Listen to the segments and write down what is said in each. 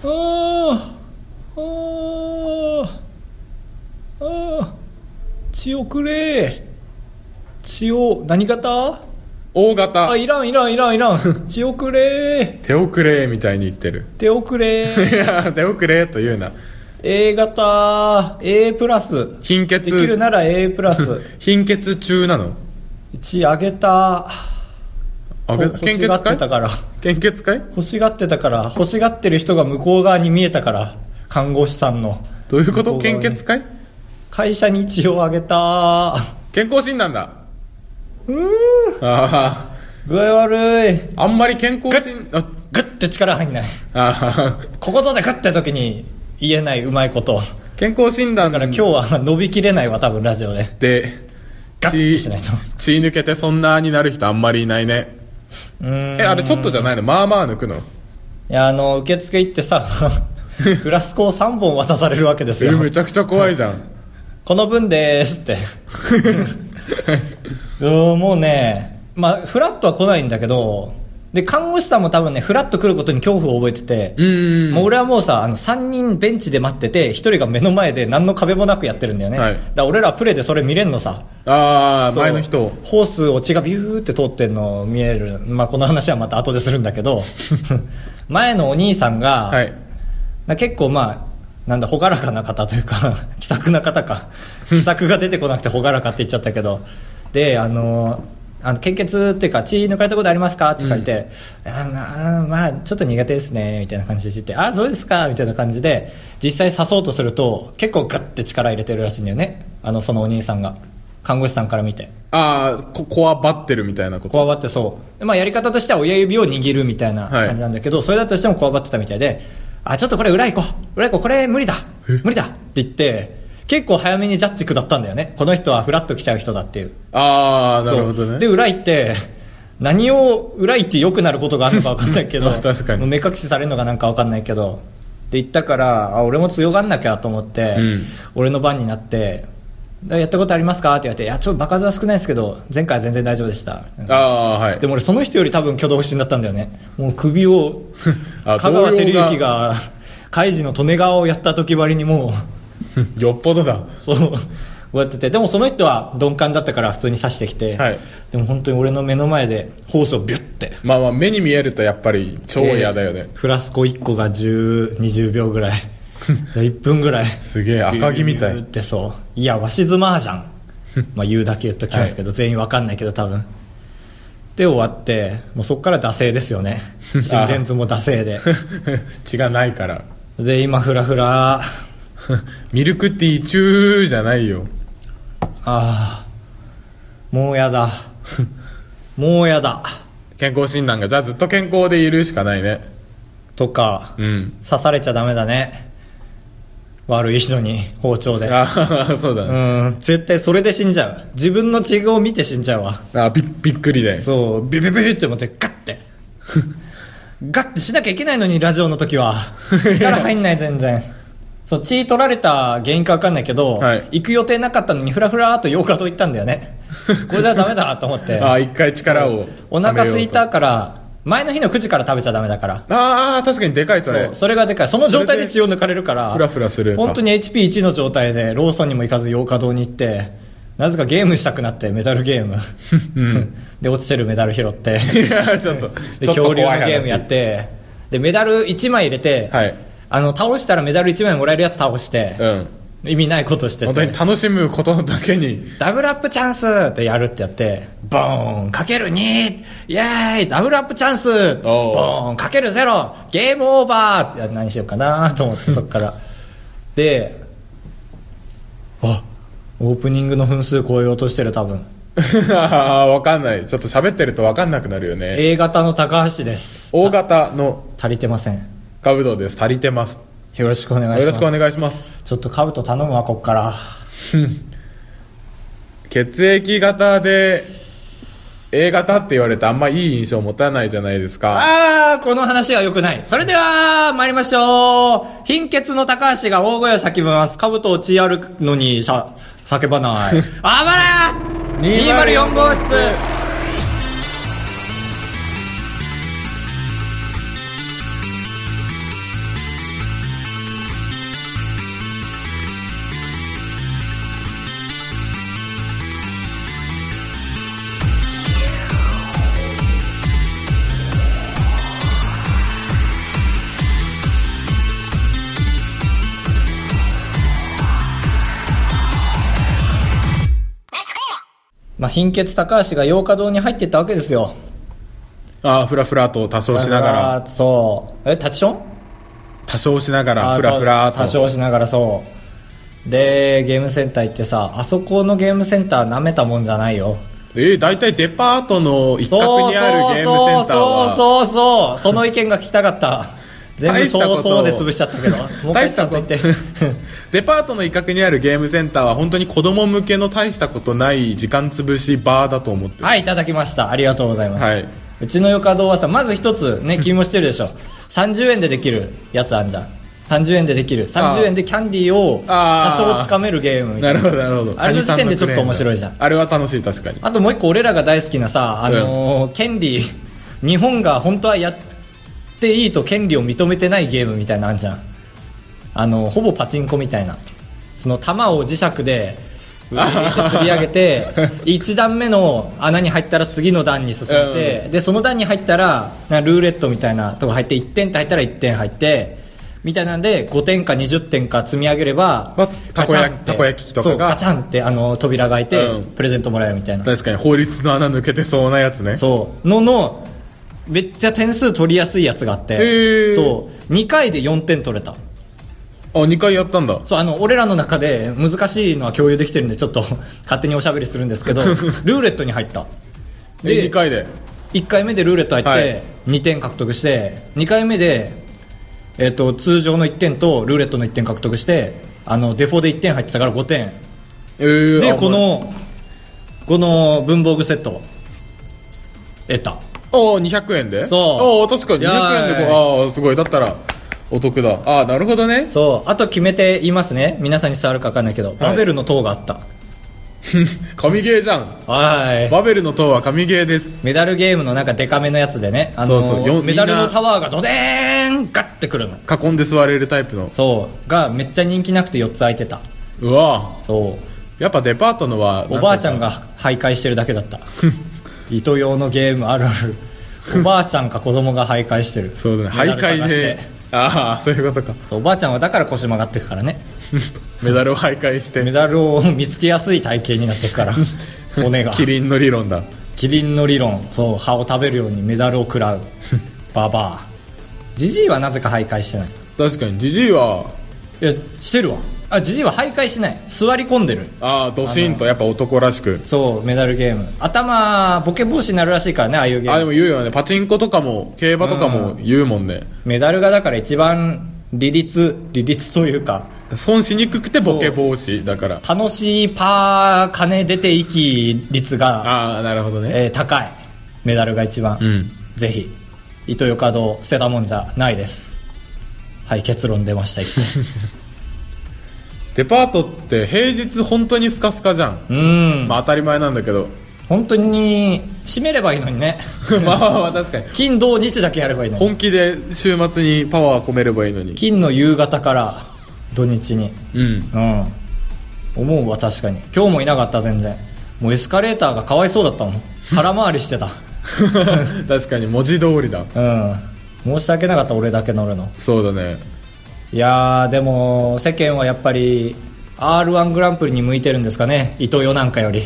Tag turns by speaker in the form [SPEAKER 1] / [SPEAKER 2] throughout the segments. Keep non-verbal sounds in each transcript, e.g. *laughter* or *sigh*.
[SPEAKER 1] あーあーあー血をくれ血を何型
[SPEAKER 2] 大型
[SPEAKER 1] あいらんいらんいらんいらん *laughs* 血をくれ
[SPEAKER 2] 手遅れみたいに言ってる *laughs*
[SPEAKER 1] 手をくれ
[SPEAKER 2] いや手遅れというな
[SPEAKER 1] A 型 A プラス
[SPEAKER 2] 貧血
[SPEAKER 1] できるなら A プラス
[SPEAKER 2] *laughs* 貧血中なの
[SPEAKER 1] 血あげた
[SPEAKER 2] あ
[SPEAKER 1] ほ
[SPEAKER 2] 献
[SPEAKER 1] 欲し
[SPEAKER 2] 血
[SPEAKER 1] がって
[SPEAKER 2] 会
[SPEAKER 1] たから
[SPEAKER 2] 献血会
[SPEAKER 1] 欲しがってたから欲しがってる人が向こう側に見えたから看護師さんの
[SPEAKER 2] どういうこと
[SPEAKER 1] 向こ側
[SPEAKER 2] 献
[SPEAKER 1] に
[SPEAKER 2] 血会
[SPEAKER 1] 会社に血をあげた
[SPEAKER 2] 健康診断だあ
[SPEAKER 1] 具合悪い
[SPEAKER 2] ああんまり健康診あ
[SPEAKER 1] グッて力入んない
[SPEAKER 2] あー
[SPEAKER 1] ここぞでグッて時に言えないうまいこと
[SPEAKER 2] 健康診断
[SPEAKER 1] だから今日は伸びきれないわ多分ラジオで
[SPEAKER 2] で
[SPEAKER 1] ガッてしないと
[SPEAKER 2] 血抜けてそんなになる人あんまりいないね
[SPEAKER 1] うーん
[SPEAKER 2] えあれちょっとじゃないのまあまあ抜くの
[SPEAKER 1] いやあの受付行ってさ *laughs* フラスコを3本渡されるわけです
[SPEAKER 2] え
[SPEAKER 1] よ
[SPEAKER 2] めちゃくちゃ怖いじゃん
[SPEAKER 1] この分でーすって
[SPEAKER 2] *laughs*
[SPEAKER 1] そうもうねまあフラットは来ないんだけどで看護師さんも多分ねフラッと来ることに恐怖を覚えてて
[SPEAKER 2] うーん
[SPEAKER 1] もう俺はもうさあの3人ベンチで待ってて1人が目の前で何の壁もなくやってるんだよね、
[SPEAKER 2] はい
[SPEAKER 1] だから俺らプレーでそれ見れんのさ
[SPEAKER 2] ああ
[SPEAKER 1] そう
[SPEAKER 2] 前の人を
[SPEAKER 1] ホースを血がビューって通ってんの見える、まあ、この話はまた後でするんだけ
[SPEAKER 2] *laughs*
[SPEAKER 1] ど前のお兄さんが、
[SPEAKER 2] はい
[SPEAKER 1] な結構まあなんだ朗らかな方というか *laughs* 気さくな方
[SPEAKER 2] *laughs*
[SPEAKER 1] か気さくが出てこなくて朗らかって言っちゃったけどであのあの献血っていうか血抜かれたことありますかって聞かれて、あまあまあちょっと苦手ですねみたいな感じで言ってあそうですかみたいな感じで実際刺そうとすると結構ガッて力入れてるらしいんだよねあのそのお兄さんが看護師さんから見て
[SPEAKER 2] ああここわばってるみたいなこと
[SPEAKER 1] こわばってそう、でまあ、やり方としては親指を握るみたいな
[SPEAKER 2] はい
[SPEAKER 1] 感じなんだけど、それだとしてもこわばってたみたいであちょっとこれ裏行こう裏行こうこれ無理だ無理だって言って結構早めにジャッジ下ったんだよねこの人はフラッと来ちゃう人だっていう
[SPEAKER 2] ああなるほど
[SPEAKER 1] そう
[SPEAKER 2] ね
[SPEAKER 1] で裏行って何を裏行って良くなることがあるのか分かんないけど
[SPEAKER 2] まあ *laughs* 確かに
[SPEAKER 1] もう目隠しされるのかなんか分かんないけどで行ったからあ俺も強がんなきゃと思って、
[SPEAKER 2] うん
[SPEAKER 1] 俺の番になってだやったことありますかって言われて「いやちょっと場数は少ないですけど前回は全然大丈夫でした」
[SPEAKER 2] ああはい
[SPEAKER 1] でも俺その人より多分挙動不審だったんだよねもう首
[SPEAKER 2] *laughs*
[SPEAKER 1] を
[SPEAKER 2] あ
[SPEAKER 1] 香
[SPEAKER 2] 動
[SPEAKER 1] 川
[SPEAKER 2] 揺が
[SPEAKER 1] 照之がカイジの利根川をやった時ばりにも
[SPEAKER 2] *laughs* よっぽどだ
[SPEAKER 1] うそうこうやっててでもその人は鈍感だったから普通に刺してきて、
[SPEAKER 2] はい
[SPEAKER 1] でも本当に俺の目の前でホースをビュッて
[SPEAKER 2] まあまあ目に見えるとやっぱり超嫌だよね、
[SPEAKER 1] フラスコ1個が1020秒ぐらい
[SPEAKER 2] *laughs*
[SPEAKER 1] 1分ぐらい
[SPEAKER 2] すげえ赤木みた
[SPEAKER 1] ビュー
[SPEAKER 2] い
[SPEAKER 1] ってそういやわしずまーじゃ
[SPEAKER 2] *laughs*
[SPEAKER 1] んまあ言うだけ言っときますけど、全員わかんないけど多分で終わってもうそっから惰性ですよ
[SPEAKER 2] *laughs*
[SPEAKER 1] ね心電図も惰性で
[SPEAKER 2] 血がないから *laughs*
[SPEAKER 1] で今フラフラあ
[SPEAKER 2] ミルクティー中じゃないよ
[SPEAKER 1] あーもうや
[SPEAKER 2] *laughs*
[SPEAKER 1] だもうやだ
[SPEAKER 2] 健康診断がじゃあずっと健康でいるしかないね
[SPEAKER 1] とか
[SPEAKER 2] うん
[SPEAKER 1] 刺されちゃダメだね悪い人に包丁で
[SPEAKER 2] ああそうだ
[SPEAKER 1] う
[SPEAKER 2] ね、
[SPEAKER 1] ん絶対それで死んじゃう自分の血を見て死んじゃうわ
[SPEAKER 2] あびびっくりで
[SPEAKER 1] そう、ビビビビって思って、ガッて。 *laughs* ガッてしなきゃいけないのに、ラジオの時
[SPEAKER 2] *laughs*
[SPEAKER 1] は。力入んない、全然。そう、血取られた原因かわかんないけど、
[SPEAKER 2] はい
[SPEAKER 1] 行く予定なかったのに、ふらふらーっと洋華堂行ったんだよ
[SPEAKER 2] *laughs*
[SPEAKER 1] ね。これじゃダメだなと思って。
[SPEAKER 2] ああ一回力を
[SPEAKER 1] お
[SPEAKER 2] はめ
[SPEAKER 1] 腹
[SPEAKER 2] ようと
[SPEAKER 1] 空いたから、前の日の9時から食べちゃダメだから。
[SPEAKER 2] ああ確かにでかいそれ
[SPEAKER 1] そうそれがでかい。その状態で血を抜かれるから、
[SPEAKER 2] フラフラする
[SPEAKER 1] 本当
[SPEAKER 2] に
[SPEAKER 1] に HP1 の状態で、ローソンにも行かず、洋華堂に行って、なぜかゲームしたくなって、メダルゲーム。 *laughs* で、落ちてるメダル拾って。
[SPEAKER 2] *laughs* いやちょっと
[SPEAKER 1] で
[SPEAKER 2] ちょっと
[SPEAKER 1] 恐
[SPEAKER 2] 怖
[SPEAKER 1] 竜
[SPEAKER 2] い
[SPEAKER 1] の
[SPEAKER 2] 話
[SPEAKER 1] ゲームやってでメダル1枚入れて、
[SPEAKER 2] はい
[SPEAKER 1] あの倒したらメダル1枚もらえるやつ倒して
[SPEAKER 2] う、ん
[SPEAKER 1] 意味ないことして
[SPEAKER 2] 本当に
[SPEAKER 1] て
[SPEAKER 2] 楽しむことだけに *laughs*
[SPEAKER 1] ダブルアップチャンスってやるってやってボーンかける2イエーイダブルアップチャンス
[SPEAKER 2] おう
[SPEAKER 1] ボーンかける0ゲームオーバーいや何しようかなと思
[SPEAKER 2] *laughs*
[SPEAKER 1] ってそっからであオープニングの分数超えようとしてる多分
[SPEAKER 2] ああ分かんないちょっと喋ってると分かんなくなるよね
[SPEAKER 1] A 型の高橋です
[SPEAKER 2] 大型の
[SPEAKER 1] 足りてません
[SPEAKER 2] カブトです足りてます
[SPEAKER 1] よろしくお願いします
[SPEAKER 2] よろしくお願いします
[SPEAKER 1] ちょっとカブト頼むわこっから
[SPEAKER 2] 血液型で A 型って言われてあんまいい印象持たないじゃないですか
[SPEAKER 1] あーこの話は良くないそれでは参りましょう貧血の高橋が大声を叫びますカブトを血あるのにしゃ叫ばない *laughs* あばれや204号室まあ、貧血高橋が洋華堂に入っていったわけですよ
[SPEAKER 2] ああふらふらと多少しながら
[SPEAKER 1] そうえタチション
[SPEAKER 2] 多少しながら
[SPEAKER 1] あ
[SPEAKER 2] ふらふら
[SPEAKER 1] 多
[SPEAKER 2] と
[SPEAKER 1] 少しながらそうでゲームセンター行ってさあそこのゲームセンター舐めたもんじゃないよ
[SPEAKER 2] えー、大体デパートの一角
[SPEAKER 1] そう
[SPEAKER 2] にあるゲームセンターは
[SPEAKER 1] そうそうそうそうその意見が聞きたかった全部
[SPEAKER 2] 大した
[SPEAKER 1] そ
[SPEAKER 2] こ
[SPEAKER 1] う
[SPEAKER 2] と
[SPEAKER 1] そうで潰しちゃったけどもう一回ちゃんと言って
[SPEAKER 2] デパートの一角にあるゲームセンターは本当に子供向けの大したことない時間潰しバーだと思ってる
[SPEAKER 1] はいいただきましたありがとうございます、
[SPEAKER 2] はいう
[SPEAKER 1] ちのよか堂はさまず一つね君もしてるでしょ30円でできるやつあんじゃん30円でできる30円でキャンディーを多
[SPEAKER 2] あー
[SPEAKER 1] 少つかめるゲームみた
[SPEAKER 2] ないる
[SPEAKER 1] な
[SPEAKER 2] ほどなるほど
[SPEAKER 1] あれの
[SPEAKER 2] 谷さ
[SPEAKER 1] 時
[SPEAKER 2] ん
[SPEAKER 1] 点でちょっと
[SPEAKER 2] クレーム
[SPEAKER 1] 面白いじゃん
[SPEAKER 2] あれは楽しい確かに
[SPEAKER 1] あともう一個俺らが大好きなさあのー権利日本が本当はやっていいと権利を認めてないゲームみたいなのあんじゃんあのほぼパチンコみたいなその玉を磁石で上に入れて吊り上げ
[SPEAKER 2] *laughs*
[SPEAKER 1] て1段目の穴に入ったら次の段に進めて、でその段に入ったらなんかルーレットみたいなとこ入って1点って入ったら1点入ってみたいなんで5点か20点か積み上げれば、
[SPEAKER 2] まあたこ焼
[SPEAKER 1] ガチ
[SPEAKER 2] き
[SPEAKER 1] ャンって
[SPEAKER 2] たこ焼き器とかが
[SPEAKER 1] そうガチャンってあの扉が開いて、
[SPEAKER 2] うん
[SPEAKER 1] プレゼントもらえるみたいな
[SPEAKER 2] 確かに法律の穴抜けてそうなやつね
[SPEAKER 1] そうののめっちゃ点数取りやすいやつがあって、
[SPEAKER 2] へー
[SPEAKER 1] そう2回で4点取れた
[SPEAKER 2] あ2回やったんだ
[SPEAKER 1] そうあの俺らの中で難しいのは共有できてるんでちょっと *laughs* 勝手におしゃべりするんです
[SPEAKER 2] *laughs*
[SPEAKER 1] けどルーレットに入った
[SPEAKER 2] で
[SPEAKER 1] で
[SPEAKER 2] 2回で
[SPEAKER 1] 1回目でルーレット入って、
[SPEAKER 2] はい
[SPEAKER 1] 2点獲得して2回目で、えっと通常の1点とルーレットの1点獲得してあのデフォで1点入ってたから5点
[SPEAKER 2] えー
[SPEAKER 1] で
[SPEAKER 2] あ
[SPEAKER 1] このこの文房具セットを得た
[SPEAKER 2] おお200円で
[SPEAKER 1] そう
[SPEAKER 2] おー確かに
[SPEAKER 1] いやー
[SPEAKER 2] 200円でこうああすごいだったらお得だああなるほどね *laughs*
[SPEAKER 1] そうあと決めて言いますね皆さんに伝わるか分かんないけど、バベルの塔があった
[SPEAKER 2] 神ゲーじゃん
[SPEAKER 1] はい
[SPEAKER 2] バベルの塔は神ゲーです
[SPEAKER 1] メダルゲームのなんかデカめのやつでねあの
[SPEAKER 2] そうそうよ
[SPEAKER 1] メダル
[SPEAKER 2] みん
[SPEAKER 1] の
[SPEAKER 2] な
[SPEAKER 1] タワーがドデーンガッてくるの
[SPEAKER 2] 囲んで座れるタイプの
[SPEAKER 1] そうがめっちゃ人気なくて4つ空いてた
[SPEAKER 2] うわ
[SPEAKER 1] そう
[SPEAKER 2] やっぱデパートのは
[SPEAKER 1] おばあちゃん
[SPEAKER 2] が
[SPEAKER 1] が徘徊してるだけだ
[SPEAKER 2] *laughs*
[SPEAKER 1] った糸用のゲームあるあるおばあちゃんか子供が徘徊してる
[SPEAKER 2] そうだね
[SPEAKER 1] メダ
[SPEAKER 2] 徘
[SPEAKER 1] ル探
[SPEAKER 2] 徊
[SPEAKER 1] して
[SPEAKER 2] でああそういうことか
[SPEAKER 1] そうおばあちゃんはだから腰曲がってくからね
[SPEAKER 2] メダルを徘徊し
[SPEAKER 1] メ
[SPEAKER 2] て
[SPEAKER 1] ダルを見つけやすい体型になってく
[SPEAKER 2] *laughs*
[SPEAKER 1] から骨が
[SPEAKER 2] キリンの理論だ
[SPEAKER 1] キリンの理論そう歯を食べるようにメダルを食
[SPEAKER 2] *laughs*
[SPEAKER 1] らうババアジジイはなぜか徘徊してない
[SPEAKER 2] 確かにジジイはい
[SPEAKER 1] やしてるわあジジイは徘徊しない座り込んでる
[SPEAKER 2] ああドシンとやっぱ男らしく
[SPEAKER 1] そうメダルゲーム頭ボケ防止になるらしいからねああいうゲ
[SPEAKER 2] あ
[SPEAKER 1] ー
[SPEAKER 2] で
[SPEAKER 1] ム
[SPEAKER 2] も言うよねパチンコとかも競馬とかも言うもんね
[SPEAKER 1] メダルがだから一番利率利率というか
[SPEAKER 2] 損しにくくてボケ防止だから
[SPEAKER 1] 楽しいパー金出ていき率が、
[SPEAKER 2] ああなるほどね
[SPEAKER 1] えー高いメダルが一番、
[SPEAKER 2] うん
[SPEAKER 1] ぜひ糸魚川堂捨てたもんじゃないですはい結論出ました一個
[SPEAKER 2] *laughs* デパートって平日本当にスカスカじゃん、
[SPEAKER 1] うん
[SPEAKER 2] まあ当たり前なんだ
[SPEAKER 1] *laughs*
[SPEAKER 2] けど
[SPEAKER 1] 本当に閉めればいいのにね
[SPEAKER 2] まあまあまあ確かに
[SPEAKER 1] 金土日だけやればいいのに
[SPEAKER 2] 本気で週末にパワー込めればいいのに
[SPEAKER 1] 金の夕方から土日に
[SPEAKER 2] うん *laughs*
[SPEAKER 1] うん思うわ確かに今日もいなかった全然もうエスカレーターがかわいそうだったもん空回りしてた *laughs*
[SPEAKER 2] 確かに文字通りだ
[SPEAKER 1] うん申し訳なかった俺だけ乗るの
[SPEAKER 2] そうだね
[SPEAKER 1] いやーでも世間はやっぱり r 1グランプリに向いてるんですかね伊藤よなんかより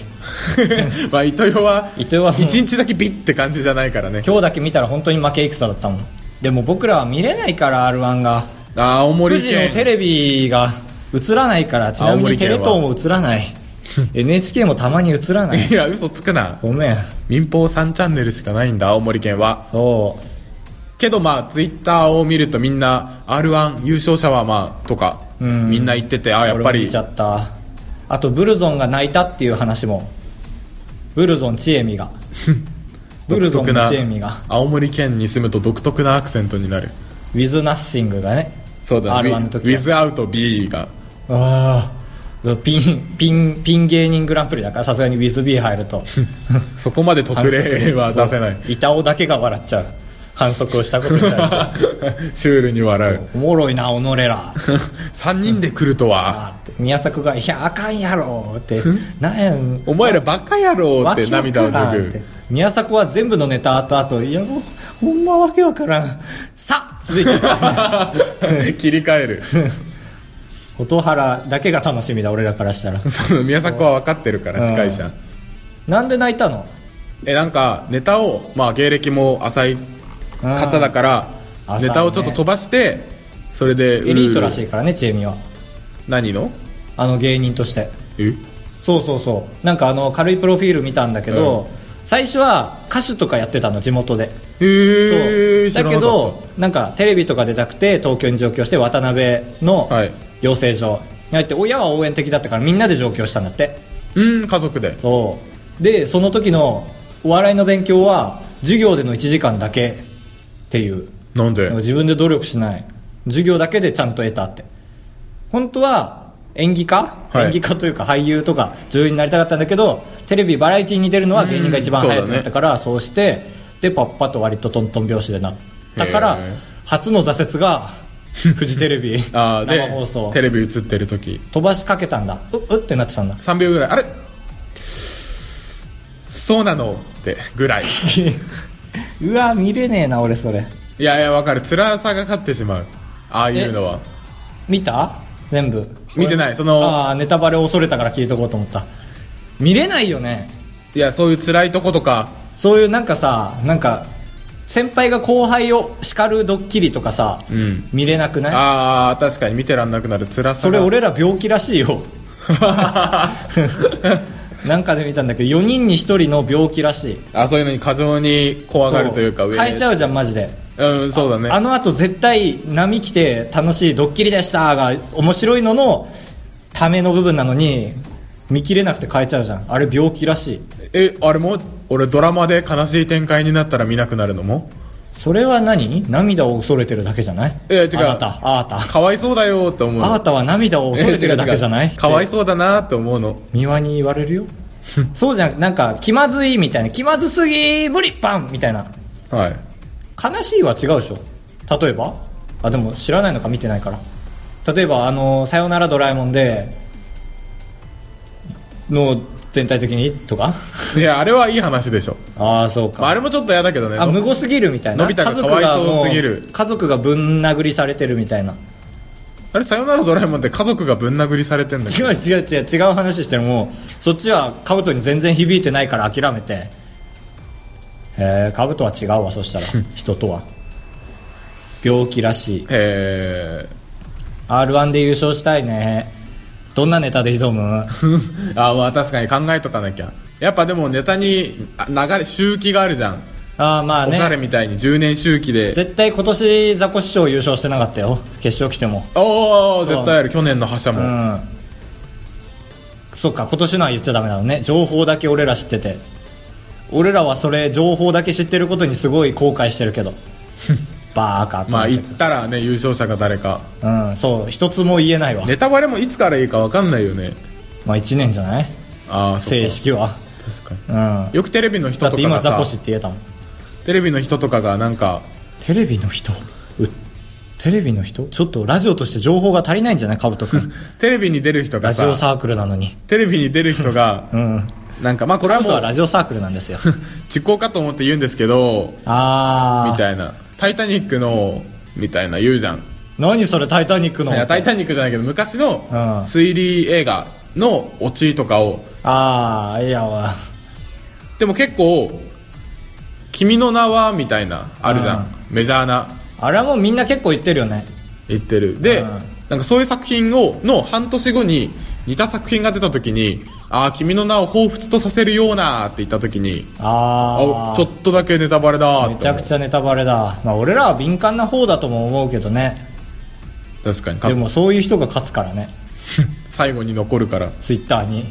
[SPEAKER 2] *laughs* まあ糸魚は
[SPEAKER 1] 伊藤はもう
[SPEAKER 2] *laughs* 一日だけビッって感じじゃないからね
[SPEAKER 1] 今日だけ見たら本当に負け戦だったもんでも僕らは見れないから r 1が
[SPEAKER 2] ああ青
[SPEAKER 1] 富
[SPEAKER 2] 森
[SPEAKER 1] 士の
[SPEAKER 2] 県
[SPEAKER 1] テレビが映らないからちなみ
[SPEAKER 2] 青
[SPEAKER 1] に
[SPEAKER 2] 森
[SPEAKER 1] テ
[SPEAKER 2] 県
[SPEAKER 1] レ
[SPEAKER 2] は
[SPEAKER 1] 東も映らない NHK もたまに映ら
[SPEAKER 2] *laughs*
[SPEAKER 1] ない
[SPEAKER 2] いや嘘つくな
[SPEAKER 1] ごめん
[SPEAKER 2] 民放3チャンネルしかないんだ青森県は
[SPEAKER 1] そう
[SPEAKER 2] けどまあツイッターを見るとみんな r 1優勝者はまあとか
[SPEAKER 1] うん
[SPEAKER 2] みんな言っててああやっぱ
[SPEAKER 1] 俺も
[SPEAKER 2] り
[SPEAKER 1] 見ちゃったあとブルゾンが泣いたっていう話もブルゾンちえみがブル
[SPEAKER 2] *laughs*
[SPEAKER 1] ゾ
[SPEAKER 2] 独
[SPEAKER 1] ン
[SPEAKER 2] 特
[SPEAKER 1] の
[SPEAKER 2] な
[SPEAKER 1] ちえみが
[SPEAKER 2] 青森県に住むと独特なアクセントになる
[SPEAKER 1] ウィズナッシングがね
[SPEAKER 2] そうだね
[SPEAKER 1] R1 の
[SPEAKER 2] ウ
[SPEAKER 1] 時
[SPEAKER 2] ィズアウト B が
[SPEAKER 1] ああピンピンピン芸人グランプリだからさすがにウィズ B 入ると
[SPEAKER 2] そこまで *laughs* 特例は出
[SPEAKER 1] *laughs*
[SPEAKER 2] せない *laughs*
[SPEAKER 1] そう板尾だけが笑っちゃう反則をしたことに対して
[SPEAKER 2] *laughs* シュールに笑う
[SPEAKER 1] おもろいなおのれら
[SPEAKER 2] *laughs* 3人で来るとは
[SPEAKER 1] あーって宮迫が「いやあかんやろ」って「なんやん
[SPEAKER 2] お前らバカ野郎っ
[SPEAKER 1] わけ
[SPEAKER 2] て
[SPEAKER 1] わからん
[SPEAKER 2] 涙を拭
[SPEAKER 1] って
[SPEAKER 2] う
[SPEAKER 1] 宮迫は全部のネタ後々いやもうほんまわけわからんさあ続い
[SPEAKER 2] *laughs*
[SPEAKER 1] て
[SPEAKER 2] 切り替
[SPEAKER 1] *laughs*
[SPEAKER 2] える
[SPEAKER 1] 蛍原だけが楽しみだ俺らからしたら
[SPEAKER 2] その宮迫は分かってるから司会者
[SPEAKER 1] なんで泣いたの
[SPEAKER 2] えなんかネタを、まあ、芸歴も浅い方だから、
[SPEAKER 1] うん
[SPEAKER 2] ネタをちょっと飛ばしてそれで
[SPEAKER 1] エリートらし
[SPEAKER 2] い
[SPEAKER 1] いからねちえみは
[SPEAKER 2] 何の
[SPEAKER 1] あの芸人として
[SPEAKER 2] え
[SPEAKER 1] そうそうそうなんかあの軽いプロフィール見たんだけど、最初は歌手とかやってたの地元で
[SPEAKER 2] へ
[SPEAKER 1] そ
[SPEAKER 2] え
[SPEAKER 1] うだけどなんかテレビとか出たくて東京に上京して渡辺の
[SPEAKER 2] はい
[SPEAKER 1] 養成所に入って親は応援的だったからみんなで上京したんだって
[SPEAKER 2] うん家族で
[SPEAKER 1] そうでその時のお笑いの勉強は授業での1時間だけっていう
[SPEAKER 2] なんで
[SPEAKER 1] なんか自分で努力しない授業だけでちゃんと得たって本当は演技家、
[SPEAKER 2] はい
[SPEAKER 1] 演技家というか俳優とか女優になりたかったんだけどテレビバラエティーに出るのは芸人が一番
[SPEAKER 2] うん
[SPEAKER 1] 早
[SPEAKER 2] そう
[SPEAKER 1] く
[SPEAKER 2] だね
[SPEAKER 1] なったから、そうしてでパッパと割とトントン拍子でなったから
[SPEAKER 2] へえ
[SPEAKER 1] 初の挫折
[SPEAKER 2] *laughs*
[SPEAKER 1] がフジテレビ
[SPEAKER 2] ああ
[SPEAKER 1] 生
[SPEAKER 2] で
[SPEAKER 1] 放送
[SPEAKER 2] テレビ映ってる時
[SPEAKER 1] 飛ばしかけたんだううってなってたんだ *laughs*
[SPEAKER 2] 3秒ぐらいあれそうなのってぐらいう
[SPEAKER 1] わ見れねえな俺それ
[SPEAKER 2] いやいやわかる辛さが勝ってしまうああいうのは
[SPEAKER 1] 見た全部
[SPEAKER 2] 見てないその
[SPEAKER 1] ああネタバレを恐れたから聞いとこうと思った見れないよね
[SPEAKER 2] いやそういう辛いとことか
[SPEAKER 1] そういうなんかさなんか先輩が後輩を叱るドッキリとかさ、
[SPEAKER 2] うん
[SPEAKER 1] 見れなくない
[SPEAKER 2] ああ確かに見てらんなくなる辛さ
[SPEAKER 1] そ
[SPEAKER 2] が
[SPEAKER 1] れ
[SPEAKER 2] *laughs*
[SPEAKER 1] 俺ら病気らしいよなんかで見たんだけど4人に1人の病気らしい
[SPEAKER 2] あそういうのに過剰に怖がるというか
[SPEAKER 1] そう変えちゃうじゃんマジで、
[SPEAKER 2] うんそうだね
[SPEAKER 1] あのあと絶対波来て楽しいドッキリでしたが面白いののための部分なのに見切れなくて変えちゃうじゃんあれ病気らしい
[SPEAKER 2] えあれも俺ドラマで悲しい展開になったら見なくなるのも
[SPEAKER 1] それは何涙を恐れてるだけじゃない
[SPEAKER 2] いや違う
[SPEAKER 1] あなたあなた
[SPEAKER 2] かわいそうだよって思う
[SPEAKER 1] あな
[SPEAKER 2] の
[SPEAKER 1] たは涙を恐れてるだけじゃな
[SPEAKER 2] え
[SPEAKER 1] い
[SPEAKER 2] 違う違うかわい
[SPEAKER 1] って
[SPEAKER 2] そうだなって思うの
[SPEAKER 1] 三輪に言われ
[SPEAKER 2] *laughs*
[SPEAKER 1] るよそうじゃんなんか気まずいみたいな気まずすぎ無理パンみたいな
[SPEAKER 2] はい
[SPEAKER 1] 悲しいは違うでしょ例えばあでも知らないのか見てないから例えばあの「さよならドラえもんで」の全体的にとか
[SPEAKER 2] いやあれはいい話でしょ、
[SPEAKER 1] ああそうか
[SPEAKER 2] まあ、あれもちょっと嫌だけどね
[SPEAKER 1] あ無語すぎるみたいな
[SPEAKER 2] のび太がかわいそうすぎる
[SPEAKER 1] 家族がもう家族がぶん殴りされてるみたいな
[SPEAKER 2] あれさよならドラえもんって家族がぶん殴りされてんだけ
[SPEAKER 1] 違
[SPEAKER 2] ど
[SPEAKER 1] う違う違う違う話してるもうそっちはカブトに全然響いてないから諦めてえー、カブトは違うわそしたら人とは病気らしい
[SPEAKER 2] へ
[SPEAKER 1] r 1で優勝したいねどんなネタで挑む
[SPEAKER 2] ー *laughs* あまあ確かに考えとかなきゃやっぱでもネタにあ流れ周期があるじゃん
[SPEAKER 1] ああまあ
[SPEAKER 2] おしゃれ
[SPEAKER 1] ね
[SPEAKER 2] みたいに10年周期で
[SPEAKER 1] 絶対今年ザコシショウ優勝してなかったよ決勝来ても
[SPEAKER 2] おお絶対ある去年の覇者
[SPEAKER 1] う
[SPEAKER 2] も、
[SPEAKER 1] んそっか今年のは言っちゃダメなのね情報だけ俺ら知ってて俺らはそれ情報だけ知ってることにすごい後悔してる
[SPEAKER 2] *laughs*
[SPEAKER 1] けどバーカと
[SPEAKER 2] ま
[SPEAKER 1] 思っ
[SPEAKER 2] あ
[SPEAKER 1] て
[SPEAKER 2] 言ったらね優勝者が誰か
[SPEAKER 1] うん、そう一つも言えないわ、
[SPEAKER 2] ネタバレもいつからいいか分かんないよね
[SPEAKER 1] まあ1年じゃない
[SPEAKER 2] ああそう
[SPEAKER 1] 正式は
[SPEAKER 2] 確かに
[SPEAKER 1] うんだ
[SPEAKER 2] よくテレビの人
[SPEAKER 1] っ
[SPEAKER 2] と
[SPEAKER 1] て
[SPEAKER 2] か
[SPEAKER 1] 今ザ
[SPEAKER 2] が
[SPEAKER 1] コシ
[SPEAKER 2] さ
[SPEAKER 1] って言えたもん
[SPEAKER 2] テレビの人とかがなんか
[SPEAKER 1] テレビの人うテレビの人ちょっとラジオとして情報が足りないんじゃないカブト
[SPEAKER 2] *laughs*
[SPEAKER 1] 君
[SPEAKER 2] テレビに出る人が
[SPEAKER 1] ラジオ
[SPEAKER 2] さ
[SPEAKER 1] サークルなのに
[SPEAKER 2] テレビに出る人が
[SPEAKER 1] *laughs* うん
[SPEAKER 2] なんかまあこれ
[SPEAKER 1] カ
[SPEAKER 2] は
[SPEAKER 1] ブト
[SPEAKER 2] も
[SPEAKER 1] は
[SPEAKER 2] う
[SPEAKER 1] ラジオサークルなん
[SPEAKER 2] *laughs*
[SPEAKER 1] ですよ
[SPEAKER 2] 実行かと思って言うんですけどみ
[SPEAKER 1] ああ
[SPEAKER 2] たいな「タイタニック」のみたいな言うじゃん
[SPEAKER 1] 何それ「タイタニック」の
[SPEAKER 2] いや「タイタニック」じゃないけど昔の
[SPEAKER 1] うん
[SPEAKER 2] 推理映画のオチとかを
[SPEAKER 1] ああいやわ
[SPEAKER 2] でも結構「君の名は」みたいなあるじゃんメジャーな
[SPEAKER 1] あれはもうみんな結構言ってるよね
[SPEAKER 2] 言ってるで
[SPEAKER 1] うん
[SPEAKER 2] なんかそういう作品をの半年後に似た作品が出た時に「ああ君の名を彷彿とさせるような」って言った時に「あ
[SPEAKER 1] ああ
[SPEAKER 2] ちょっとだけネタバレだ」
[SPEAKER 1] め
[SPEAKER 2] っ
[SPEAKER 1] ち
[SPEAKER 2] て
[SPEAKER 1] ゃ
[SPEAKER 2] 思
[SPEAKER 1] くちゃネタバレだ、まあ、俺らは敏感な方だとも思うけどね
[SPEAKER 2] う確かにか
[SPEAKER 1] でもそういう人が勝つからね
[SPEAKER 2] 最後に残るから *laughs*
[SPEAKER 1] ツイッターに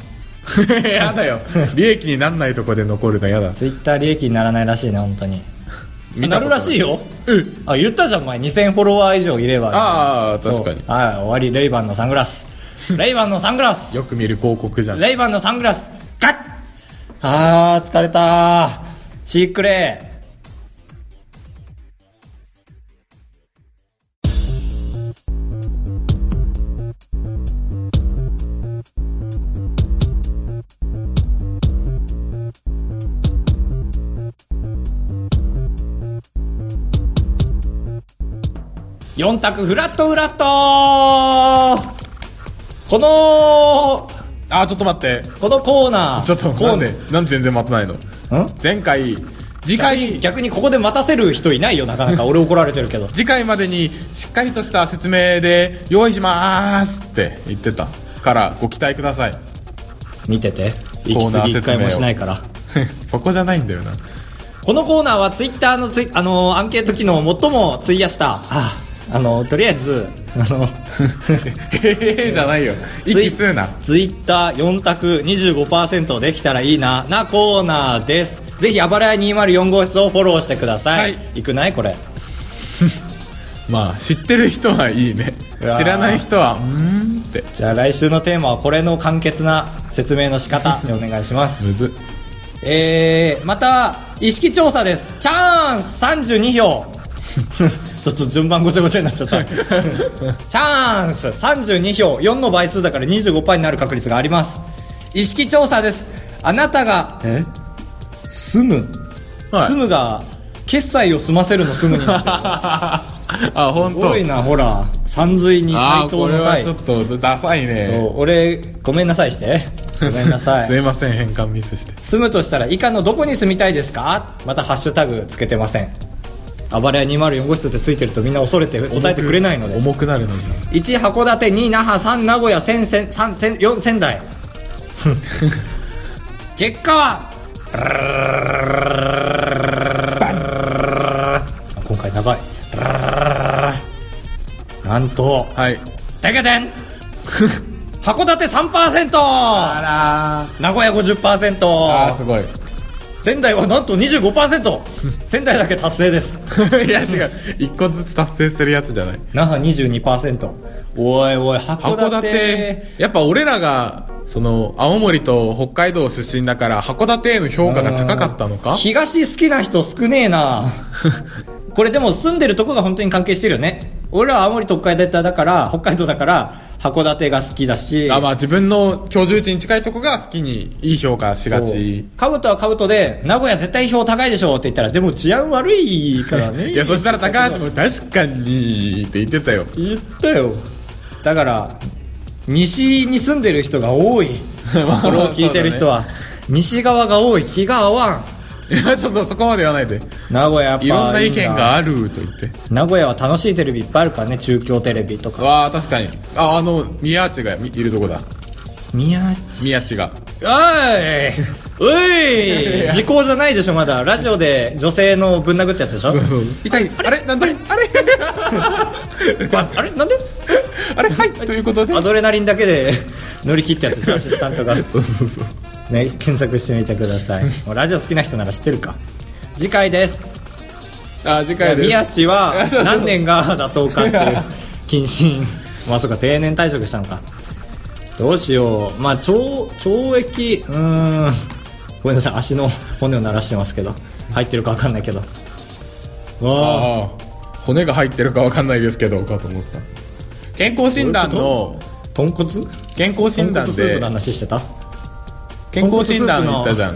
[SPEAKER 2] やだよ利益になんないとこで残るのやだ
[SPEAKER 1] ツイッター利益にならないらしいね本当に
[SPEAKER 2] 見
[SPEAKER 1] な
[SPEAKER 2] たこと
[SPEAKER 1] るらしいよ
[SPEAKER 2] うん
[SPEAKER 1] あ言ったじゃん前2000フォロワー以上いれば
[SPEAKER 2] ああ確かに
[SPEAKER 1] そうはい終わりレイバンのサングラスレイバンのサングラス
[SPEAKER 2] よく見る広告じゃん
[SPEAKER 1] レイバンのサングラスガッあー疲れたチークレー4択フラットフラットこの
[SPEAKER 2] あーちょっと待って
[SPEAKER 1] このコーナー
[SPEAKER 2] ちょっと
[SPEAKER 1] コ
[SPEAKER 2] なん
[SPEAKER 1] ーナ
[SPEAKER 2] で
[SPEAKER 1] ー
[SPEAKER 2] なんで全然待たないの
[SPEAKER 1] ん
[SPEAKER 2] 前回次
[SPEAKER 1] 逆
[SPEAKER 2] 回
[SPEAKER 1] に逆にここで待たせる人いないよなかなか俺怒られてるけど
[SPEAKER 2] 次回までにしっかりとした説明で用意しますって言ってたからご期待ください *laughs*
[SPEAKER 1] 見てて
[SPEAKER 2] コ
[SPEAKER 1] 息
[SPEAKER 2] ーナ
[SPEAKER 1] 継
[SPEAKER 2] ー
[SPEAKER 1] ぎ一回も
[SPEAKER 2] 説明を
[SPEAKER 1] しないから
[SPEAKER 2] そこじゃないんだよな
[SPEAKER 1] このコーナーはツイッターのツイあのーアンケート機能を最も費やしたああのとりあえずあの *laughs*
[SPEAKER 2] へえじゃないよ *laughs* 息吸うな
[SPEAKER 1] ツイッター4択25%できたらいいななコーナーですぜひあばらや204号室をフォローしてください、、
[SPEAKER 2] はい
[SPEAKER 1] くないこれ
[SPEAKER 2] まあ知ってる人はいいね
[SPEAKER 1] うわー
[SPEAKER 2] 知らない人はうーんって
[SPEAKER 1] じゃあ来週のテーマはこれの簡潔な説明の仕方でお願いします
[SPEAKER 2] むず
[SPEAKER 1] えー、また意識調査ですチャーン32票 *laughs* ちょっと順番ごちゃごちゃになっちゃった
[SPEAKER 2] *laughs*
[SPEAKER 1] チャンス32票4の倍数だから25%になる確率があります意識調査ですあなたが
[SPEAKER 2] え
[SPEAKER 1] 住む、
[SPEAKER 2] はい
[SPEAKER 1] 住むが決済を済ませるの住むになってる
[SPEAKER 2] *laughs* あ本
[SPEAKER 1] す
[SPEAKER 2] 当
[SPEAKER 1] ごいなほら山水に
[SPEAKER 2] あ
[SPEAKER 1] 斎
[SPEAKER 2] あ
[SPEAKER 1] 藤
[SPEAKER 2] これ
[SPEAKER 1] の
[SPEAKER 2] は
[SPEAKER 1] 際
[SPEAKER 2] ちょ
[SPEAKER 1] そ
[SPEAKER 2] っとダサいね
[SPEAKER 1] う俺ごめんなさいしてごめんなさい
[SPEAKER 2] *laughs* すいません変換ミスして
[SPEAKER 1] 住むとしたら以下のどこに住みたいですかまたハッシュタグつけてません暴れ屋204号室ってついてるとみんな恐れて答えてくれないので
[SPEAKER 2] 重くなるのに
[SPEAKER 1] 1函館2那覇3名古屋3仙3仙4仙台結果は今回長いなんと
[SPEAKER 2] はい
[SPEAKER 1] てけて *laughs* ん函館3%
[SPEAKER 2] あら
[SPEAKER 1] 名古屋50%
[SPEAKER 2] あーすごい
[SPEAKER 1] 仙台はなんと25%仙台だけ達成です
[SPEAKER 2] *laughs* いや違う一個ずつ達成するやつじゃない
[SPEAKER 1] *laughs* 那覇22%おいおい函館
[SPEAKER 2] 函館やっぱ俺らがその青森と北海道出身だから函館への評価が高かったのか
[SPEAKER 1] 東好きな人少ねえ
[SPEAKER 2] *laughs*
[SPEAKER 1] なこれでも住んでるとこが本当に関係してるよね俺ら青森と北海道だから北海道だから函館が好きだし
[SPEAKER 2] あまあ自分の居住地に近いとこが好きにいい評価しがち
[SPEAKER 1] かぶとはかぶとで名古屋絶対票高いでしょって言ったらでも治安悪いからね
[SPEAKER 2] *laughs* いやそしたら高橋も確かにって言ってたよ
[SPEAKER 1] 言ったよだから西に住んでる人が多い
[SPEAKER 2] *laughs* まあ
[SPEAKER 1] これを聞いてる人は、西側が多い気が合わん
[SPEAKER 2] いやちょっとそこまで言わないで
[SPEAKER 1] 名古屋やっぱ
[SPEAKER 2] いろんな意見が
[SPEAKER 1] いい
[SPEAKER 2] あると言って
[SPEAKER 1] 名古屋は楽しいテレビいっぱいあるからね中京テレビとか
[SPEAKER 2] わあ確かにああの宮地がみいるとこだ
[SPEAKER 1] 宮
[SPEAKER 2] 宮地が
[SPEAKER 1] おいおい時効じゃないでしょまだラジオで女性のぶん殴ったやつでしょ
[SPEAKER 2] 痛いあれなんだあれ *laughs*
[SPEAKER 1] ばあれなんで
[SPEAKER 2] あれはいということで
[SPEAKER 1] アドレナリンだけで乗り切ったやつでしょアシスタントが
[SPEAKER 2] *laughs* そうそうそう
[SPEAKER 1] ね、検索してみてくださいもうラジオ好きな人なら知ってるか次回です
[SPEAKER 2] あ次回です
[SPEAKER 1] 宮地は
[SPEAKER 2] *laughs* そうそう
[SPEAKER 1] 何年が妥当かっていう謹慎まあそうか定年退職したのかどうしようまあ懲懲役うーんごめんなさい足の骨を鳴らしてますけど入ってるか分かんないけどわあ
[SPEAKER 2] ああ骨が入ってるかわかんないですけどかと思った健康診断の
[SPEAKER 1] 豚骨
[SPEAKER 2] 健康診
[SPEAKER 1] 豚
[SPEAKER 2] 断
[SPEAKER 1] 骨スープ
[SPEAKER 2] で
[SPEAKER 1] の話してた
[SPEAKER 2] 健康診断行ったじゃん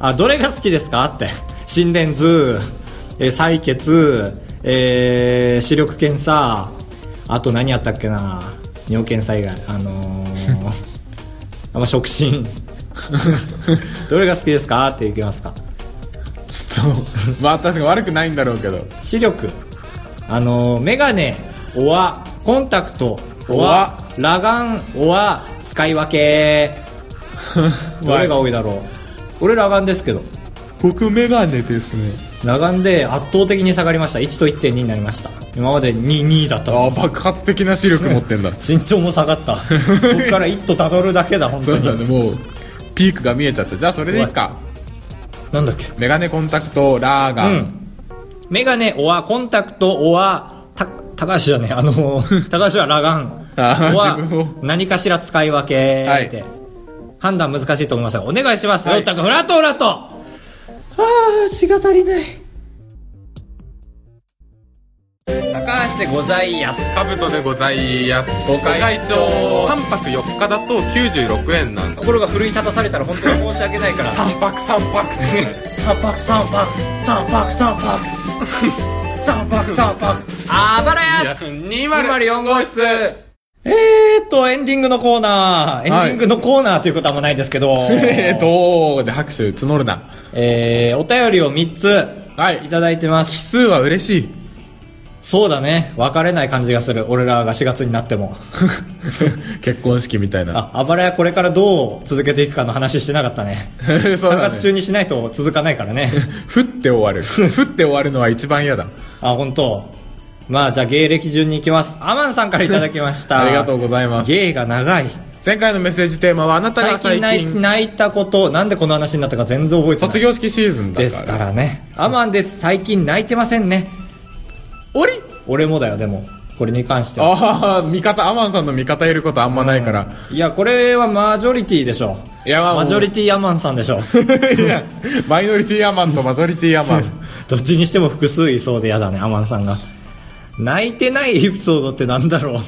[SPEAKER 1] あどれが好きですかって心電図、えー採血、えー視力検査あと何やったっけな尿検査以外あのー、あんま触診 *laughs* どれが好きですかって言きますか
[SPEAKER 2] *laughs* ちょっとまあ確かに悪くないんだろうけど
[SPEAKER 1] 視力あのー、メガネおわコンタクトお
[SPEAKER 2] おわ
[SPEAKER 1] わ裸眼おわ使い分けどれが多いだろう俺裸眼ですけど
[SPEAKER 2] 僕メガネですね
[SPEAKER 1] 裸眼で圧倒的に下がりました1と1.2になりました今まで22だった
[SPEAKER 2] あ
[SPEAKER 1] の
[SPEAKER 2] あ爆発的な視力持ってんだ
[SPEAKER 1] 身長も下が *laughs* ったここから1とたどるだけだ本
[SPEAKER 2] *laughs* そ
[SPEAKER 1] 当
[SPEAKER 2] うだ
[SPEAKER 1] に
[SPEAKER 2] ね *laughs* もうピークが見えちゃったじゃあそれでいいか
[SPEAKER 1] なんだっけ
[SPEAKER 2] メガネコンタクトラーガ
[SPEAKER 1] う
[SPEAKER 2] ン、
[SPEAKER 1] んメガネおわコンタクトおわた高橋じゃねえあ *laughs* の高橋は裸眼
[SPEAKER 2] あー
[SPEAKER 1] おわ
[SPEAKER 2] 自分を
[SPEAKER 1] 何かしら使い分け
[SPEAKER 2] はい
[SPEAKER 1] って、判断難しいと思いますがお願いします
[SPEAKER 2] はい
[SPEAKER 1] よったくフラットフラットああ血が足りない高橋でございやす
[SPEAKER 2] カブトでございます
[SPEAKER 1] ご
[SPEAKER 2] ご
[SPEAKER 1] 会
[SPEAKER 2] 会
[SPEAKER 1] 長
[SPEAKER 2] 長3泊4日だと96円なんだ
[SPEAKER 1] 心が奮い立たされたら本当に申し訳ないから
[SPEAKER 2] 3泊3
[SPEAKER 1] *laughs*
[SPEAKER 2] 泊って
[SPEAKER 1] 三泊三泊三泊三泊三泊三泊あばらや
[SPEAKER 2] 204
[SPEAKER 1] 204号室えーっーっと、エンディングのコーナー。エンディングのコーナーということはあんまないですけ
[SPEAKER 2] *laughs*
[SPEAKER 1] ど。
[SPEAKER 2] えーどうで拍手募るな。
[SPEAKER 1] えー、お便りを3つ、
[SPEAKER 2] はい
[SPEAKER 1] いただいてます。
[SPEAKER 2] 奇数は嬉しい。 *laughs*
[SPEAKER 1] そうだね。別れない感じがする。俺らが4月になっても。
[SPEAKER 2] 結婚式みたいな。
[SPEAKER 1] あ、あばらやこれからどう続けていくかの話してなかったね。
[SPEAKER 2] *laughs* そうだね
[SPEAKER 1] 3月中にしないと続かないから
[SPEAKER 2] *laughs*
[SPEAKER 1] ね。
[SPEAKER 2] 降って終わ
[SPEAKER 1] *laughs*
[SPEAKER 2] る。降って終わるのは一番嫌だ。
[SPEAKER 1] あ、本当。まあ、じゃあ芸歴順に行きます。アマンさんからいただきました。
[SPEAKER 2] *laughs* ありがとうございます
[SPEAKER 1] 芸が長い。
[SPEAKER 2] 前回のメッセージテーマはあなた
[SPEAKER 1] 最
[SPEAKER 2] が最
[SPEAKER 1] 近泣い
[SPEAKER 2] 近
[SPEAKER 1] 泣いたこと、なんでこの話になったか全然覚えてない。
[SPEAKER 2] 卒業式シーズンだから。
[SPEAKER 1] ですからね。アマンです。最近泣いてませんね。
[SPEAKER 2] おり
[SPEAKER 1] 俺もだよ、でも。これに関しては。
[SPEAKER 2] ああ、味方、アマンさんの味方いることあんまな
[SPEAKER 1] *laughs*
[SPEAKER 2] いから。
[SPEAKER 1] いや、これはマジョリティでしょ。
[SPEAKER 2] いやまあ
[SPEAKER 1] マジョリティアマンさんでし
[SPEAKER 2] *laughs*
[SPEAKER 1] ょ。
[SPEAKER 2] いや、マイノリティアマンとマジョリテ
[SPEAKER 1] *laughs*
[SPEAKER 2] ィアマン。
[SPEAKER 1] どっちにしても複数いそうで嫌だね、アマンさんが。泣いてないエピソードってなんだろ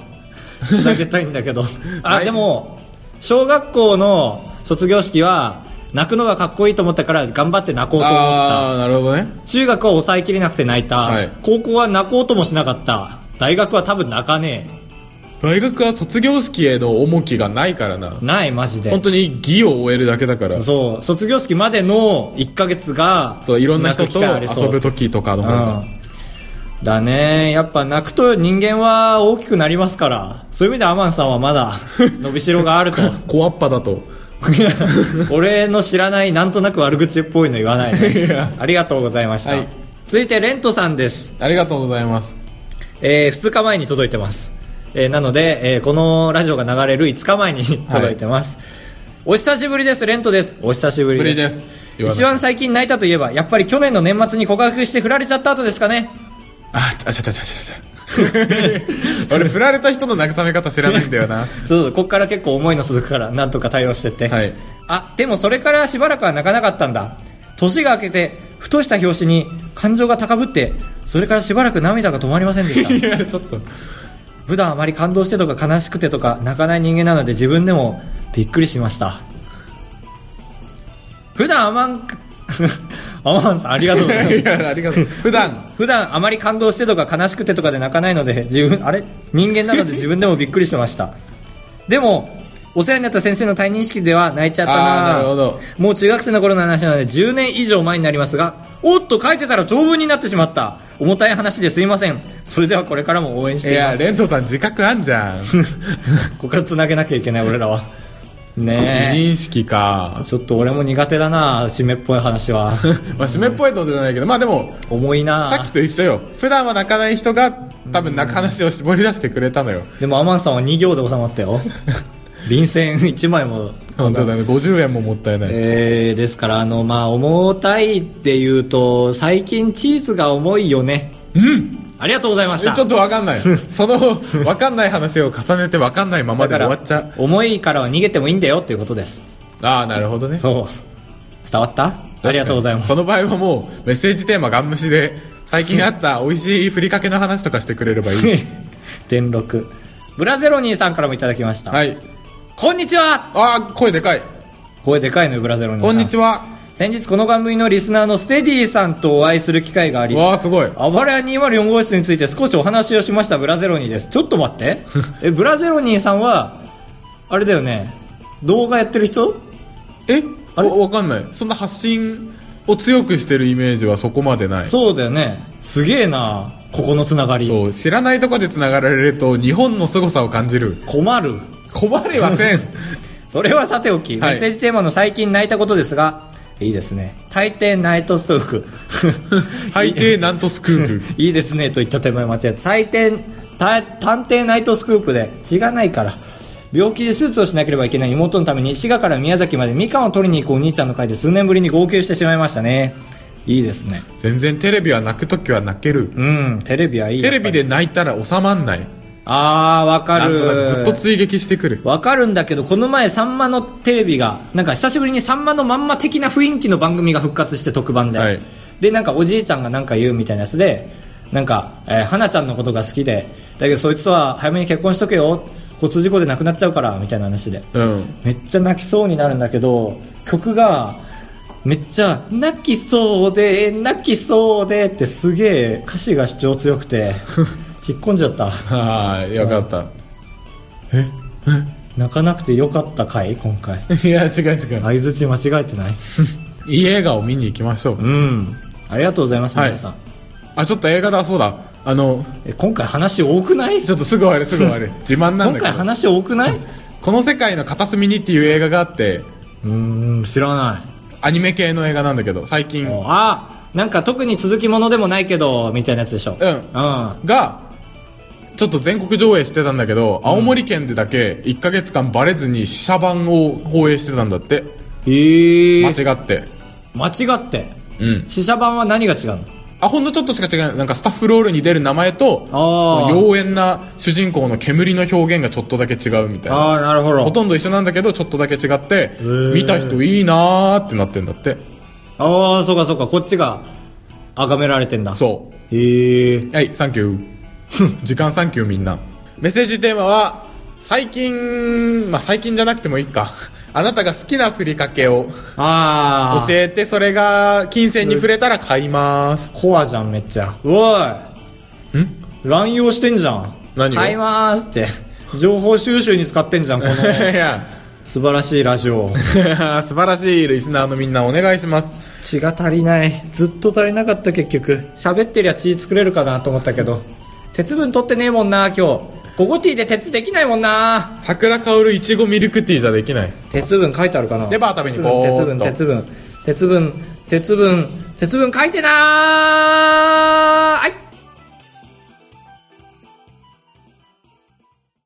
[SPEAKER 1] う。伝えたいんだ
[SPEAKER 2] *laughs*
[SPEAKER 1] けど。あ、
[SPEAKER 2] はい
[SPEAKER 1] でも、小学校の卒業式は、泣くのがかっこいいと思ったから頑張って泣こうと思った。
[SPEAKER 2] ああ、なるほどね。
[SPEAKER 1] 中学は抑えきれなくて泣いた。
[SPEAKER 2] はい
[SPEAKER 1] 高校は泣こうともしなかった。大学は多分泣かね
[SPEAKER 2] 大学は卒業式への重きがないからな。
[SPEAKER 1] え。ない、マジで。
[SPEAKER 2] 本当に義を終えるだけだから。
[SPEAKER 1] そう卒業式までの1ヶ月が
[SPEAKER 2] そう、いろんな人
[SPEAKER 1] 泣く機
[SPEAKER 2] と
[SPEAKER 1] 会ありそう
[SPEAKER 2] 遊ぶ時とかの方が。
[SPEAKER 1] うんだねやっぱ泣くと人間は大きくなりますからそういう意味でアマンさんはま
[SPEAKER 2] *laughs*
[SPEAKER 1] だ伸びしろがあると
[SPEAKER 2] 小アッパだと。 *laughs*
[SPEAKER 1] 俺の知らないなんとなく悪口っぽいの言わない
[SPEAKER 2] いや
[SPEAKER 1] ねありがとうございました、
[SPEAKER 2] はい
[SPEAKER 1] 続いてレントさんです
[SPEAKER 2] ありがとうございます。
[SPEAKER 1] え2日前に届いてます、えーなので、えーこのラジオが流れる5日前に届いてます、お久しぶりですレントですお久しぶりです
[SPEAKER 2] ぶりです
[SPEAKER 1] 一番最近泣いたといえばやっぱり去年の年末に告白して振られちゃった後ですかね
[SPEAKER 2] あ、ちゃちゃちゃちゃちゃちゃ。 *laughs* 俺、振られた人の慰め方知らないんだ
[SPEAKER 1] *laughs*
[SPEAKER 2] よな。
[SPEAKER 1] そうこっから結構思いの続くからなんとか対応してって、
[SPEAKER 2] はい
[SPEAKER 1] あでもそれからしばらくは泣かなかったんだ年が明けてふとした表紙に感情が高ぶってそれからしばらく涙が止まりませんでした
[SPEAKER 2] いや、ちょっと。
[SPEAKER 1] 普段あまり感動してとか悲しくてとか泣かない人間なので自分でもびっくりしました普段あまん *laughs* アマンさんありがとうございます
[SPEAKER 2] いや、ありがとう。普段、
[SPEAKER 1] 普段あまり感動してとか悲しくてとかで泣かないので自分あれ人間なので自分でもびっくりしましたでもお世話になった先生の退任式では泣いちゃったな
[SPEAKER 2] あーなるほど
[SPEAKER 1] もう中学生の頃の話なので10年以上前になりますがおっと書いてたら長文になってしまった重たい話ですいませんそれではこれからも応援し
[SPEAKER 2] い
[SPEAKER 1] てい
[SPEAKER 2] や、
[SPEAKER 1] ます
[SPEAKER 2] レントさん自覚あんじゃ
[SPEAKER 1] *laughs*
[SPEAKER 2] ん。
[SPEAKER 1] ここから繋げなきゃいけない俺らは
[SPEAKER 2] 二
[SPEAKER 1] ね
[SPEAKER 2] 人式
[SPEAKER 1] え
[SPEAKER 2] か。
[SPEAKER 1] ちょっと俺も苦手だな締めっぽい話
[SPEAKER 2] *laughs*
[SPEAKER 1] は
[SPEAKER 2] まあ、締めっぽいってことじゃないけど、まあでも、
[SPEAKER 1] 重いな
[SPEAKER 2] さっきと一緒よ。普段は泣かない人が、多分泣く話を絞り出してくれたのよ。
[SPEAKER 1] でもアマンさんは2行で収まった
[SPEAKER 2] *laughs*
[SPEAKER 1] よ便箋1枚も
[SPEAKER 2] 本当だね。50円ももったいない。
[SPEAKER 1] えーですからあの、まあ、重たいっていうと最近チーズが重いよね
[SPEAKER 2] うん
[SPEAKER 1] ありがとうございまし
[SPEAKER 2] え
[SPEAKER 1] た
[SPEAKER 2] ちょっとわか
[SPEAKER 1] *laughs*
[SPEAKER 2] んない。その、わかんない話を重ねてわかんないまま
[SPEAKER 1] だ
[SPEAKER 2] で
[SPEAKER 1] か
[SPEAKER 2] 終わ
[SPEAKER 1] ら
[SPEAKER 2] っちゃ
[SPEAKER 1] 重いからは逃げてもいいんだよっていうことです
[SPEAKER 2] う。ああ、なるほどね。
[SPEAKER 1] そう伝わったありがとうございます *laughs*
[SPEAKER 2] その場合はもうメッセージテーマガン無視で最近あった美味しいふりかけの話とかしてくれれ
[SPEAKER 1] *laughs*
[SPEAKER 2] ばいい
[SPEAKER 1] 天禄ブラゼロニーさんからもいただきました、
[SPEAKER 2] はい
[SPEAKER 1] こんにちは
[SPEAKER 2] ああ声でかい
[SPEAKER 1] 声でかいのよブラゼロニーさ
[SPEAKER 2] こ
[SPEAKER 1] ん
[SPEAKER 2] んにちは
[SPEAKER 1] 先日この番組のリスナーのステディさんとお会いする機会があり
[SPEAKER 2] わあすごい
[SPEAKER 1] あばれや204号室について少しお話をしましたブラゼロニーです。ちょっと待って。え、ブラゼロニーさんは、あれだよね、動画やってる人
[SPEAKER 2] え
[SPEAKER 1] あれ
[SPEAKER 2] わわかんないそんな発信を強くしてるイメージはそこまでないそ
[SPEAKER 1] そうだよね。すげえな、ここのつなが
[SPEAKER 2] う
[SPEAKER 1] り。
[SPEAKER 2] 知らないとこでつながられると日本の凄さを感じる
[SPEAKER 1] 困る。
[SPEAKER 2] 困りはせん
[SPEAKER 1] *laughs* それはさておき、
[SPEAKER 2] はい
[SPEAKER 1] メッセージテーマの最近泣いたことですが、いいですね。大抵ナイトストーク。
[SPEAKER 2] 背景なんとスクープ
[SPEAKER 1] いいですねと言った手前間違えた最低た探偵ナイトスクープで血がないから病気で手術をしなければいけない妹のために滋賀から宮崎までみかんを取りに行くお兄ちゃんの会で数年ぶりに号泣してしまいましたねいいですね
[SPEAKER 2] 全然テレビは泣くときは泣ける
[SPEAKER 1] うんテレビはいい
[SPEAKER 2] テレビで泣いたら収まんない
[SPEAKER 1] ああわか
[SPEAKER 2] なんとなく
[SPEAKER 1] る
[SPEAKER 2] ずっと追撃してくる
[SPEAKER 1] わかるんだけどこの前さんまのテレビがなんか久しぶりにさんまのまんま的な雰囲気の番組が復活して特番で、
[SPEAKER 2] はい
[SPEAKER 1] でなんかおじいちゃんがなんか言うみたいなやつでなんか、えー花ちゃんのことが好きでだけどそいつとは早めに結婚しとけよ交通事故で亡くなっちゃうからみたいな話で
[SPEAKER 2] うん
[SPEAKER 1] めっちゃ泣きそうになるんだけど曲がめっちゃ「泣きそうで泣きそうで」ってすげえ歌詞
[SPEAKER 2] *laughs*
[SPEAKER 1] が主張強くて引っ込んじゃった
[SPEAKER 2] はい、よかった。え
[SPEAKER 1] 泣かなくてよかったかい今回
[SPEAKER 2] いや違う違う
[SPEAKER 1] 相づち間違えてない
[SPEAKER 2] いい映画を見に行きましょう、
[SPEAKER 1] うんありがとうございます
[SPEAKER 2] はい
[SPEAKER 1] 皆さん、
[SPEAKER 2] あちょっと映画だそうだあの
[SPEAKER 1] え今回話多くない
[SPEAKER 2] ちょっとすぐ終わるすぐ終わ *laughs* る自慢なん
[SPEAKER 1] 今回
[SPEAKER 2] だけど
[SPEAKER 1] 話多くない
[SPEAKER 2] この世界の片隅にっていう映画があって
[SPEAKER 1] うーん知らない
[SPEAKER 2] アニメ系の映画なんだけど最近
[SPEAKER 1] あなんか特に続きものでもないけどみたいなやつでしょ
[SPEAKER 2] うん
[SPEAKER 1] うん
[SPEAKER 2] がちょっと全国上映してたんだけど青森県でだけ1ヶ月間バレずに試写版を放映してたんだって
[SPEAKER 1] え
[SPEAKER 2] 間違って
[SPEAKER 1] 間違って
[SPEAKER 2] うん
[SPEAKER 1] 試写版は何が違うの
[SPEAKER 2] あほんのちょっとしか違うなんかスタッフロールに出る名前と
[SPEAKER 1] あー
[SPEAKER 2] その妖艶な主人公の煙の表現がちょっとだけ違うみたいな
[SPEAKER 1] ああなるほど
[SPEAKER 2] ほとんど一緒なんだけどちょっとだけ違って
[SPEAKER 1] ー
[SPEAKER 2] 見た人いいなーってなってんだって
[SPEAKER 1] ああそうかそうかこっちが崇められてんだ
[SPEAKER 2] そ
[SPEAKER 1] へえ
[SPEAKER 2] うはいサンキュー *laughs* 時間サンキューみんなメッセージテーマは最近まあ最近じゃなくてもいいかあなたが好きなふりかけを
[SPEAKER 1] あ
[SPEAKER 2] 教
[SPEAKER 1] あ
[SPEAKER 2] えてそれが金銭に触れたら買います
[SPEAKER 1] コアじゃんめっちゃおい
[SPEAKER 2] ん
[SPEAKER 1] 乱用してんじゃん
[SPEAKER 2] 何を
[SPEAKER 1] 買いまーすって情報収集に使ってんじゃん
[SPEAKER 2] *laughs*
[SPEAKER 1] この
[SPEAKER 2] いや
[SPEAKER 1] 素晴らしいラジオ
[SPEAKER 2] 素晴らしいリスナーのみんなお願いします
[SPEAKER 1] 血が足りないずっと足りなかった結局喋ってりゃ血作れるかなと思ったけど鉄分取ってねえもんな今日ゴゴティーで鉄できないもんな
[SPEAKER 2] 桜香るいちごミルクティーじゃできない
[SPEAKER 1] 鉄分書いてあるかな
[SPEAKER 2] レバー食べにぼーっと
[SPEAKER 1] 鉄分鉄分鉄分鉄分鉄分鉄分書いてなーあい